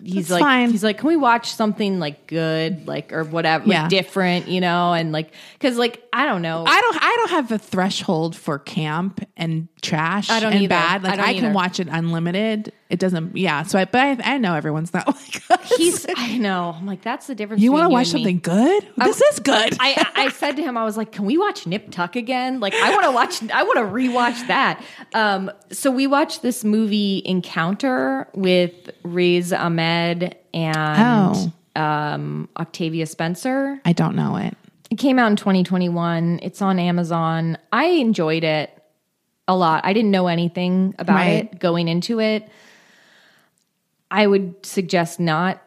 S1: He's
S2: That's
S1: like
S2: fine.
S1: he's like, can we watch something like good, like or whatever, like,
S2: Yeah.
S1: different, you know, and like because like I don't know,
S2: I don't. I don't have a threshold for camp and trash.
S1: I don't
S2: and
S1: either.
S2: bad.
S1: I
S2: Like
S1: don't
S2: I, can
S1: either.
S2: watch it unlimited. It doesn't. Yeah. So I. But I, I know everyone's not like us.
S1: He's, I know. I'm like, that's the difference.
S2: You
S1: want to
S2: watch something good? this is good.
S1: I, I said to him, I was like, can we watch Nip Tuck again? Like, I want to watch, I want to rewatch that. Um, so we watched this movie Encounter with Riz Ahmed and um, Octavia Spencer.
S2: I don't know it.
S1: It came out in 2021. It's on Amazon. I enjoyed it a lot. I didn't know anything about
S2: Right.
S1: it going into it. I would suggest not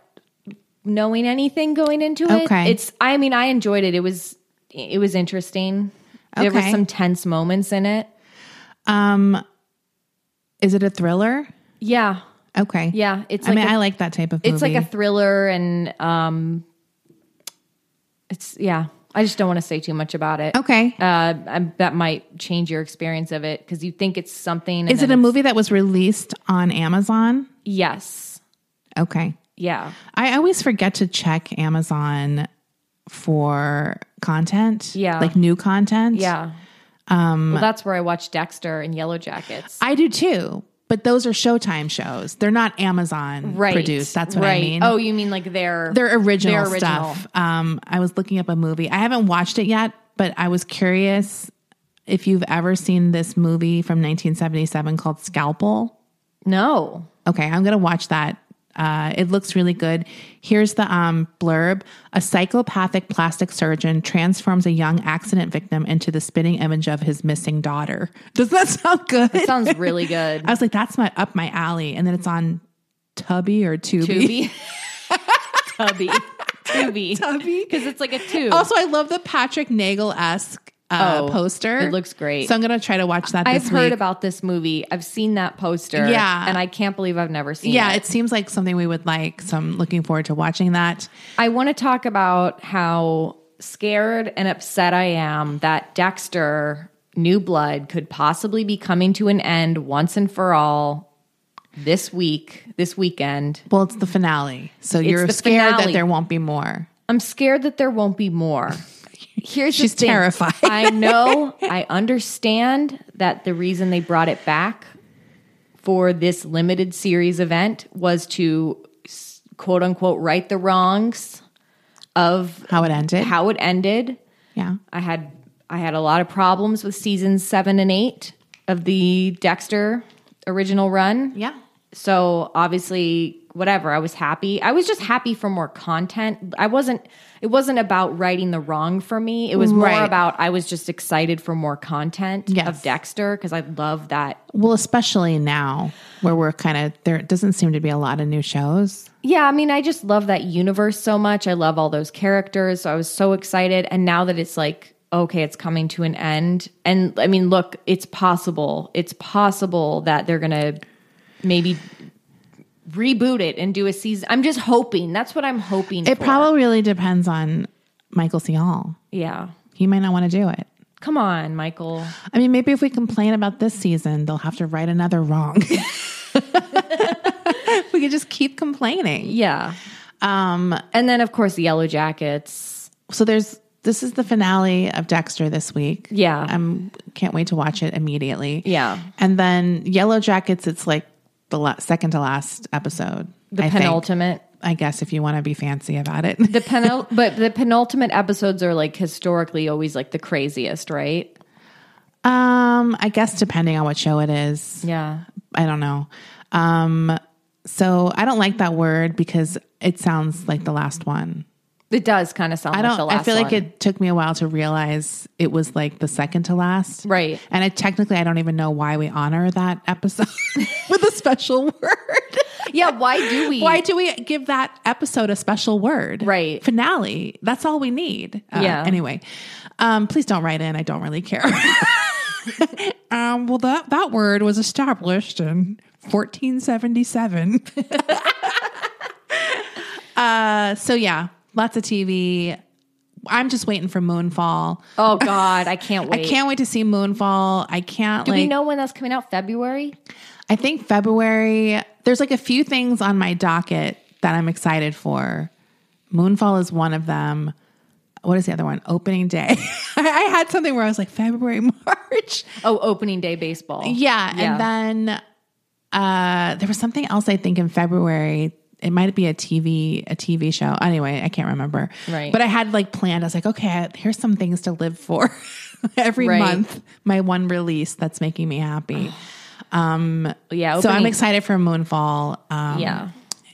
S1: knowing anything going into it.
S2: Okay.
S1: It's I mean, I enjoyed it. It was it was interesting. There were
S2: Okay.
S1: some tense moments in it.
S2: Um, is it a thriller?
S1: Yeah.
S2: Okay.
S1: Yeah, it's
S2: I
S1: like
S2: mean,
S1: a-
S2: I like that type of.
S1: It's like
S2: movie.
S1: a thriller and um it's yeah. I just don't want to say too much about it.
S2: Okay.
S1: uh, I, that might change your experience of it because you think it's something. and
S2: Is it
S1: then
S2: a
S1: it's-
S2: movie that was released on Amazon?
S1: Yes.
S2: Okay.
S1: Yeah.
S2: I always forget to check Amazon for content.
S1: Yeah.
S2: Like new content.
S1: Yeah.
S2: Um,
S1: well, that's where I watched Dexter and Yellow Jackets.
S2: I do too. But those are Showtime shows. They're not Amazon produced. That's what
S1: right.
S2: I mean.
S1: Oh, you mean like their
S2: They're original,
S1: their original.
S2: stuff. Um, I was looking up a movie. I haven't watched it yet, but I was curious if you've ever seen this movie from 1977 called Scalpel.
S1: No.
S2: Okay, I'm gonna watch that Uh, it looks really good. Here's the um, blurb A psychopathic plastic surgeon transforms a young accident victim into the spinning image of his missing daughter. Does that sound good?
S1: That sounds really good.
S2: I was like, that's my up my alley. And then it's on Tubby or Tubi.
S1: Tubi. Tubby. Tubby.
S2: Tubby.
S1: Because it's like a tube.
S2: Also, I love the Patrick Nagel esque uh,
S1: Oh,
S2: poster.
S1: it looks great.
S2: So I'm gonna try to watch that.
S1: I've
S2: this
S1: heard
S2: week.
S1: about this movie. I've seen that poster.
S2: Yeah.
S1: And I can't believe I've never seen
S2: Yeah,
S1: it.
S2: it seems like something we would like. So I'm looking forward to watching that.
S1: I want to talk about how scared and upset I am that Dexter New Blood could possibly be coming to an end once and for all this week, this weekend.
S2: Well, it's the finale, so you're
S1: the
S2: scared that
S1: finale.
S2: there won't be more.
S1: I'm scared that there won't be more. Here's
S2: She's
S1: the thing.
S2: terrified.
S1: I know. I understand that the reason they brought it back for this limited series event was to s- quote unquote right the wrongs of
S2: How it ended?
S1: how it ended.
S2: Yeah,
S1: I had I had a lot of problems with seasons 7 and 8 of the Dexter original run.
S2: yeah.
S1: So obviously, whatever. I was happy. I was just happy for more content. I wasn't. It wasn't about righting the wrong for me. It was more
S2: Right.
S1: about I was just excited for more content
S2: Yes.
S1: of Dexter because I love that.
S2: Well, especially now where we're kind of there. Doesn't seem to be a lot of new shows.
S1: Yeah, I mean, I just love that universe so much. I love all those characters. So I was so excited, and now that it's like. Okay, it's coming to an end. And I mean, look, it's possible. It's possible that they're going to maybe reboot it and do a season. I'm just hoping. That's what I'm hoping
S2: It
S1: for.
S2: probably really depends on Michael C. Hall.
S1: Yeah.
S2: He might not want to do it.
S1: Come on, Michael.
S2: I mean, maybe if we complain about this season, they'll have to right another wrong. we could just keep complaining.
S1: Yeah. Um and then of course the Yellow Jackets.
S2: So there's this is the finale of Dexter this week.
S1: Yeah.
S2: I'm can't wait to watch it immediately.
S1: Yeah.
S2: And then Yellow Jackets, it's like the la- second to last episode.
S1: The
S2: I think.
S1: penultimate.
S2: I guess if you want to be fancy about it.
S1: The penul but the penultimate episodes are like historically always like the craziest, right?
S2: um, I guess depending on what show it is.
S1: Yeah.
S2: I don't know. Um, so I don't like that word because it sounds like the last one.
S1: It does kind of sound
S2: I
S1: like the
S2: don't.
S1: last
S2: I feel like
S1: one.
S2: it took me a while to realize it was like the second to last,
S1: Right.
S2: And I technically I don't even know why we honor that episode with a special word.
S1: Yeah, why do we
S2: Why do we give that episode a special word?
S1: Right.
S2: Finale. That's all we need. Uh,
S1: Yeah.
S2: Anyway, um, please don't write in. I don't really care. um, well, that, that word was established in 1477. uh, so, yeah, lots of TV. I'm just waiting for Moonfall.
S1: Oh God, I can't wait.
S2: I can't wait to see Moonfall. I can't
S1: do
S2: like
S1: we know when that's coming out? February?
S2: I think February, there's like a few things on my docket that I'm excited for. Moonfall is one of them. What is the other one? Opening day. I had something where I was like, February, March.
S1: Oh, opening day baseball.
S2: Yeah.
S1: Yeah.
S2: And then uh, there was something else I think in February. It might be a TV, a TV show. Anyway, I can't remember.
S1: Right.
S2: But I had like planned. I was like, okay, here's some things to live for every
S1: Right.
S2: month. My one release that's making me happy.
S1: Yeah.
S2: so I'm
S1: opening-
S2: excited for Moonfall. Um,
S1: Yeah.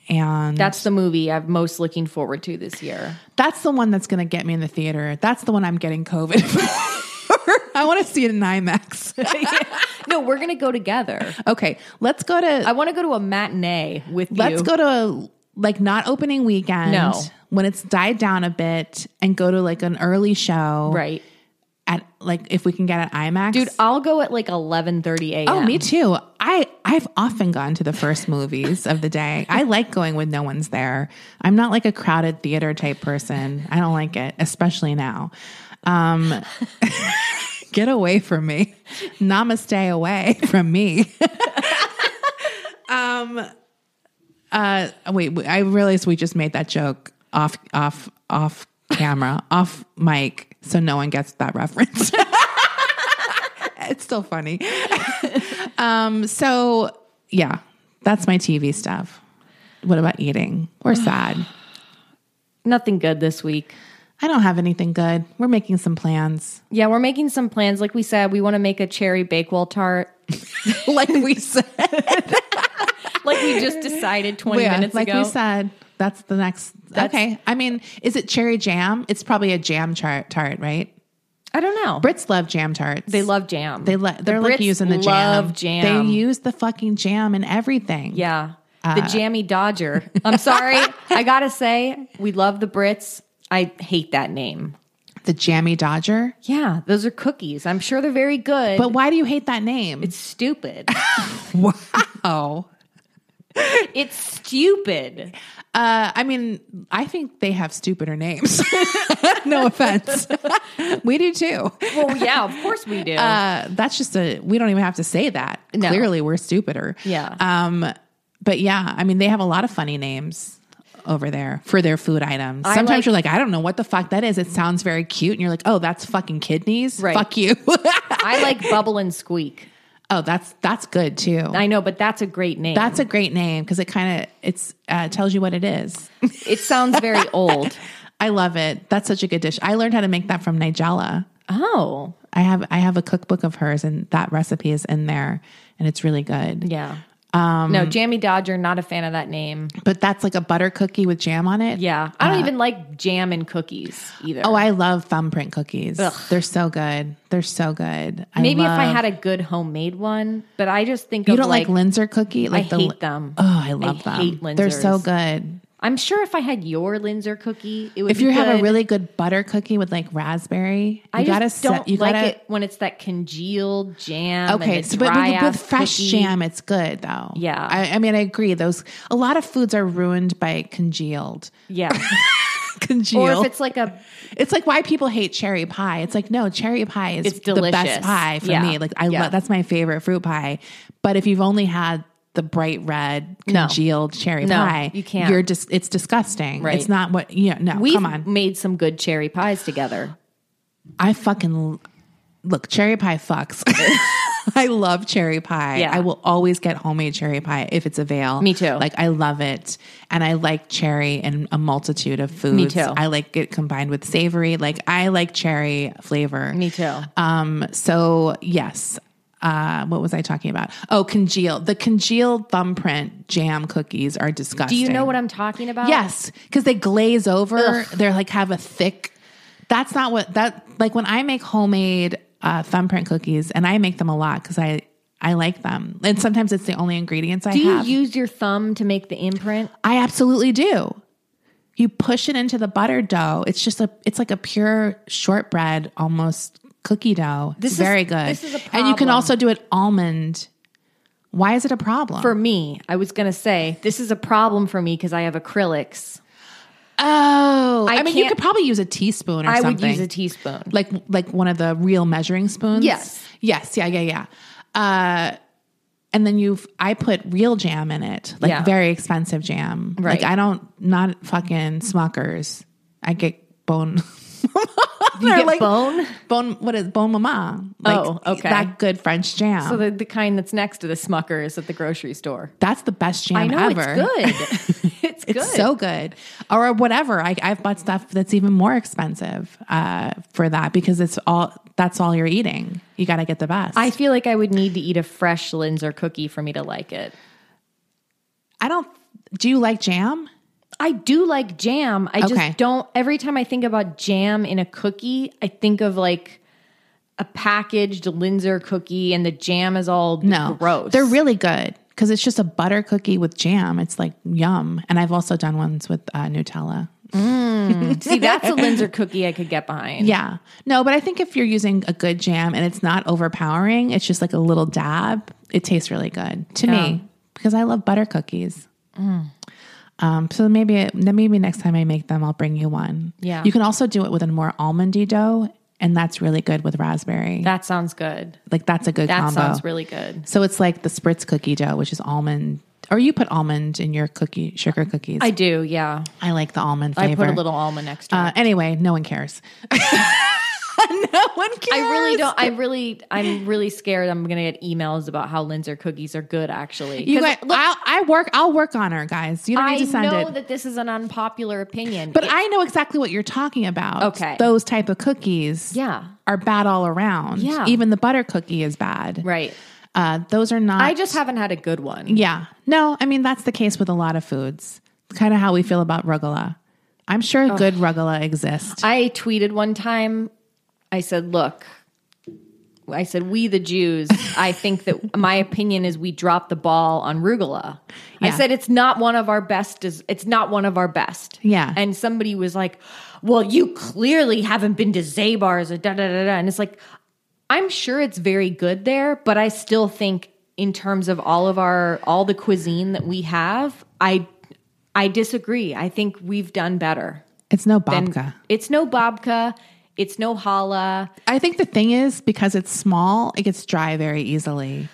S2: and
S1: That's the movie I'm most looking forward to this year.
S2: that's the one that's going to get me in the theater. That's the one I'm getting COVID. for. I want to see it in IMAX.
S1: No, we're gonna go together.
S2: okay, let's go to
S1: I want to go to a matinee with you.
S2: let's go to a, like not opening weekend.
S1: No.
S2: when it's died down a bit, and go to like an early show.
S1: Right.
S2: at like if we can get an IMAX,
S1: Dude, I'll go at like 11:30 a.m.
S2: Oh, me too. I I've often gone to the first movies of the day. I like going when no one's there. I'm not like a crowded theater type person. I don't like it, especially now. Um, get away from me. Namaste away from me. um uh wait, w- I realized we just made that joke off off off camera, off mic, so no one gets that reference. it's still funny. um, so yeah, that's my TV stuff. What about eating? We're sad.
S1: Nothing good this week.
S2: I don't have anything good. We're making some plans.
S1: Yeah, we're making some plans. Like we said, we want to make a cherry bakewell tart.
S2: Like we said.
S1: like we just decided 20
S2: Yeah,
S1: minutes
S2: like
S1: ago.
S2: we said, that's the next. okay. I mean, is it cherry jam? It's probably a jam tart, tart right?
S1: I don't know.
S2: Brits love jam tarts.
S1: they love jam.
S2: They le-
S1: The
S2: they're like
S1: Brits
S2: using the jam.
S1: Love jam.
S2: They use Uh, the fucking jam and everything.
S1: Yeah. The jammy Dodger. I'm sorry. I got to say, we love the Brits. I hate that name.
S2: The jammy Dodger.
S1: Yeah, those are cookies. I'm sure they're very good,
S2: But why do you hate that name?
S1: it's stupid.
S2: oh.
S1: it's stupid.
S2: Uh, I mean, I think they have stupider names. no offense. we do too.
S1: Well, yeah, of course we do.
S2: Uh, that's just a, we don't even have to say that.
S1: No.
S2: Clearly, we're stupider.
S1: Yeah.
S2: Um, but yeah, I mean, they have a lot of funny names over there for their food items.
S1: I
S2: Sometimes
S1: like-
S2: you're like, I don't know what the fuck that is. It sounds very cute. And you're like, oh, that's fucking kidneys.
S1: Right.
S2: Fuck you.
S1: I like Bubble and Squeak.
S2: oh, that's, that's good too.
S1: I know, but that's a great name.
S2: that's a great name because it kind of it's uh, tells you what it is.
S1: it sounds very old.
S2: I love it. That's such a good dish. I learned how to make that from Nigella.
S1: Oh,
S2: I have I have a cookbook of hers, and that recipe is in there, and it's really good.
S1: yeah.
S2: Um,
S1: no, Jammy Dodger, not a fan of that name.
S2: But that's like a butter cookie with jam on it.
S1: Yeah. I don't even like jam and cookies either.
S2: uh, Oh, I love thumbprint cookies.
S1: Ugh.
S2: They're so good. They're so good. I
S1: Maybe if I
S2: love-
S1: had a good homemade one, but I just think
S2: you
S1: of
S2: don't like,
S1: like
S2: Linzer cookie. Like the,
S1: hate them.
S2: Oh, I love
S1: I
S2: them.
S1: hate
S2: They're so
S1: Linzers.
S2: good.
S1: I'm sure if I had your Linzer cookie, it would.
S2: If you
S1: be
S2: have a
S1: good.
S2: really good butter cookie with like raspberry,
S1: I
S2: you
S1: just
S2: gotta se-
S1: don't
S2: you
S1: like
S2: gotta,
S1: it when it's that congealed jam. and
S2: Okay,
S1: the
S2: so but
S1: dry
S2: with, with
S1: ass
S2: fresh
S1: cookie.
S2: jam, it's good though.
S1: Yeah.
S2: I, I mean, I agree. Those a lot of foods are ruined by congealed.
S1: yeah. or
S2: Congealed.
S1: if it's like a
S2: It's like why people hate cherry pie. It's like no, cherry pie is
S1: It's
S2: the best
S1: delicious.
S2: pie for
S1: Yeah.
S2: me. Like I
S1: Yeah.
S2: love that's my favorite fruit pie. But if you've only had the bright red
S1: No.
S2: congealed cherry
S1: No,
S2: pie,
S1: you can't.
S2: You're just it's disgusting.
S1: Right.
S2: It's not what you know. No,
S1: we've
S2: come on.
S1: made some good cherry pies together.
S2: I fucking l- look cherry pie fucks. I love cherry pie.
S1: Yeah.
S2: I will always get homemade cherry pie if it's available.
S1: Me too.
S2: Like I love it, and I like cherry in a multitude of foods.
S1: too.
S2: I like it combined with savory. Like I like cherry flavor.
S1: Me too.
S2: Um. So yes. Uh, what was I talking about? Oh, congealed. The congealed thumbprint jam cookies are disgusting.
S1: Do you know what I'm talking about?
S2: Yes, because they glaze over.
S1: Ugh.
S2: They're like have a thick. That's not what that like when I make homemade uh, thumbprint cookies, and I make them a lot because I I like them, and sometimes it's the only ingredients I
S1: Do you
S2: have.
S1: use your thumb to make the imprint?
S2: I absolutely do. You push it into the butter dough. It's just a it's like a pure shortbread almost cookie dough. This
S1: is-
S2: very good.
S1: this is a
S2: And you can
S1: problem.
S2: also do it almond. Why is it a problem?
S1: For me, I was gonna say this is a problem for me because I have acrylics.
S2: oh, I,
S1: I
S2: mean, you
S1: can't-
S2: could probably use a teaspoon or
S1: I
S2: something.
S1: would use a teaspoon.
S2: like like one of the real measuring spoons.
S1: Yes.
S2: Yes. Yeah. Yeah. Yeah. Uh, and then you've I put real jam in it, like
S1: Yeah.
S2: very expensive jam.
S1: Right.
S2: Like I don't not fucking Smuckers. I get bone.
S1: you get bone,
S2: Bone. What is bone mama? Like,
S1: Oh, okay.
S2: That good French jam.
S1: so the, the kind that's next to the Smuckers at the grocery store.
S2: That's the best jam
S1: I know
S2: ever.
S1: it's good. it's good.
S2: It's so good. Or whatever. I, I've bought stuff that's even more expensive uh, for that because it's all that's all you're eating. You got to get the best.
S1: I feel like I would need to eat a fresh Linzer cookie for me to like it.
S2: I don't. Do you like jam?
S1: I do like jam. I
S2: Okay.
S1: just don't. Every time I think about jam in a cookie, I think of like a packaged Linzer cookie, and the jam is all gross.
S2: They're really good because it's just a butter cookie with jam. It's like yum. And I've also done ones with uh, Nutella.
S1: see that's a Linzer cookie I could get behind.
S2: Yeah. No, but I think if you're using a good jam and it's not overpowering, it's just like a little dab, it tastes really good to me because I love butter cookies. Um, so maybe it, then maybe next time I make them, I'll bring you one.
S1: Yeah.
S2: You can also do it with a more almondy dough, and that's really good with raspberry.
S1: that sounds good.
S2: like that's a good
S1: That
S2: combo.
S1: sounds really good.
S2: So it's like the spritz cookie dough, which is almond, or you put almond in your cookie sugar cookies.
S1: I do. Yeah,
S2: I like the almond
S1: I
S2: flavor.
S1: put a little almond extra.
S2: Uh, anyway, no one cares. no one cares.
S1: I really don't. I really, I'm really scared. I'm gonna get emails about how Linzer cookies are good. Actually,
S2: You
S1: 'Cause
S2: guys, I'll, I work. I'll work on her, guys. You don't
S1: I
S2: need to send
S1: know
S2: it.
S1: that this is an unpopular opinion,
S2: but
S1: It-
S2: I know exactly what you're talking about.
S1: Okay.
S2: those type of cookies,
S1: Yeah.
S2: are bad all around.
S1: Yeah.
S2: even the butter cookie is bad.
S1: right.
S2: Uh, those are not.
S1: I just haven't had a good one.
S2: Yeah. No, I mean, that's the case with a lot of foods. Kind of how we feel about rugula. I'm sure good rugula exists.
S1: I tweeted one time, I said, look, I said, we the Jews, I think that my opinion is we dropped the ball on rugula. I said, it's not one of our best. Des- it's not one of our best.
S2: Yeah.
S1: And somebody was like, well, you clearly haven't been to Zabar's or da da da da. And it's like, I'm sure it's very good there, but I still think in terms of all of our, all the cuisine that we have, I, I disagree. I think we've done better.
S2: It's no babka.
S1: It's no babka. It's no challah.
S2: I think the thing is because it's small, it gets dry very easily.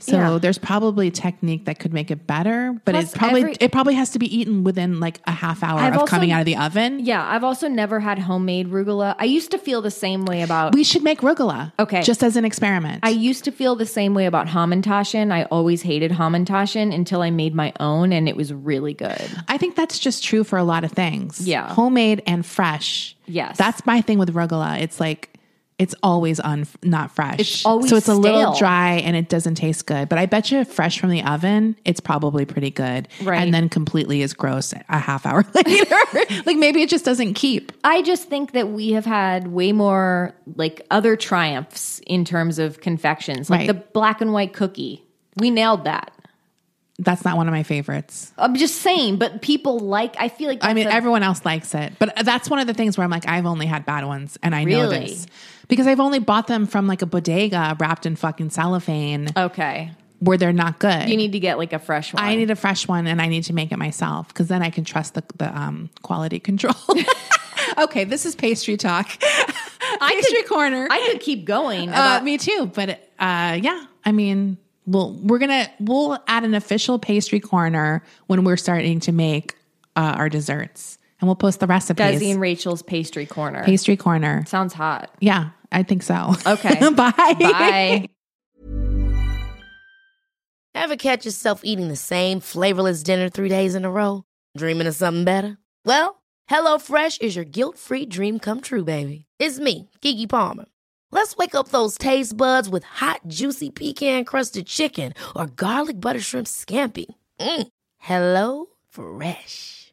S2: So
S1: Yeah.
S2: there's probably technique that could make it better, but
S1: Plus
S2: it probably
S1: every-
S2: it probably has to be eaten within like a half hour
S1: I've
S2: of
S1: also-
S2: coming out of the oven.
S1: Yeah, I've also never had homemade rugula. I used to feel the same way about.
S2: We should make rugula.
S1: Okay.
S2: Just as an experiment.
S1: I used to feel the same way about hamantashen. I always hated hamantashen until I made my own, and it was really good.
S2: I think that's just true for a lot of things.
S1: Yeah.
S2: Homemade and fresh.
S1: Yes.
S2: That's my thing with rugula. It's like, it's always un- not fresh.
S1: It's always
S2: so it's a little
S1: stale.
S2: dry and it doesn't taste good. But I bet you, fresh from the oven, it's probably pretty good.
S1: Right.
S2: And then completely is gross a half hour later. like maybe it just doesn't keep.
S1: I just think that we have had way more like other triumphs in terms of confections, like
S2: Right.
S1: the black and white cookie. We nailed that.
S2: That's not one of my favorites.
S1: I'm just saying, but people like. I feel like
S2: I
S1: that's
S2: mean,
S1: a-
S2: everyone else likes it, but that's one of the things where I'm like, I've only had bad ones, and I know
S1: Really?
S2: this because I've only bought them from like a bodega wrapped in fucking cellophane,
S1: okay.
S2: where they're not good.
S1: Uh, You need to get like a fresh one.
S2: I need a fresh one and I need to make it myself because then I can trust the, the um, quality control. okay, this is pastry talk. pastry corner.
S1: I could keep going.
S2: uh,
S1: about-
S2: me too, but uh, yeah, I mean, we'll we're gonna we'll add an official pastry corner when we're starting to make uh, our desserts, and we'll post the recipes.
S1: Desi and Rachel's pastry corner.
S2: pastry corner.
S1: Sounds hot.
S2: Yeah, I think so.
S1: Okay.
S2: Bye.
S1: Bye.
S4: Ever catch yourself eating the same flavorless dinner three days in a row? Dreaming of something better? Well, HelloFresh is your guilt free dream come true, baby. It's me, Kiki Palmer. Let's wake up those taste buds with hot, juicy pecan crusted chicken or garlic butter shrimp scampi. Mm. Hello Fresh.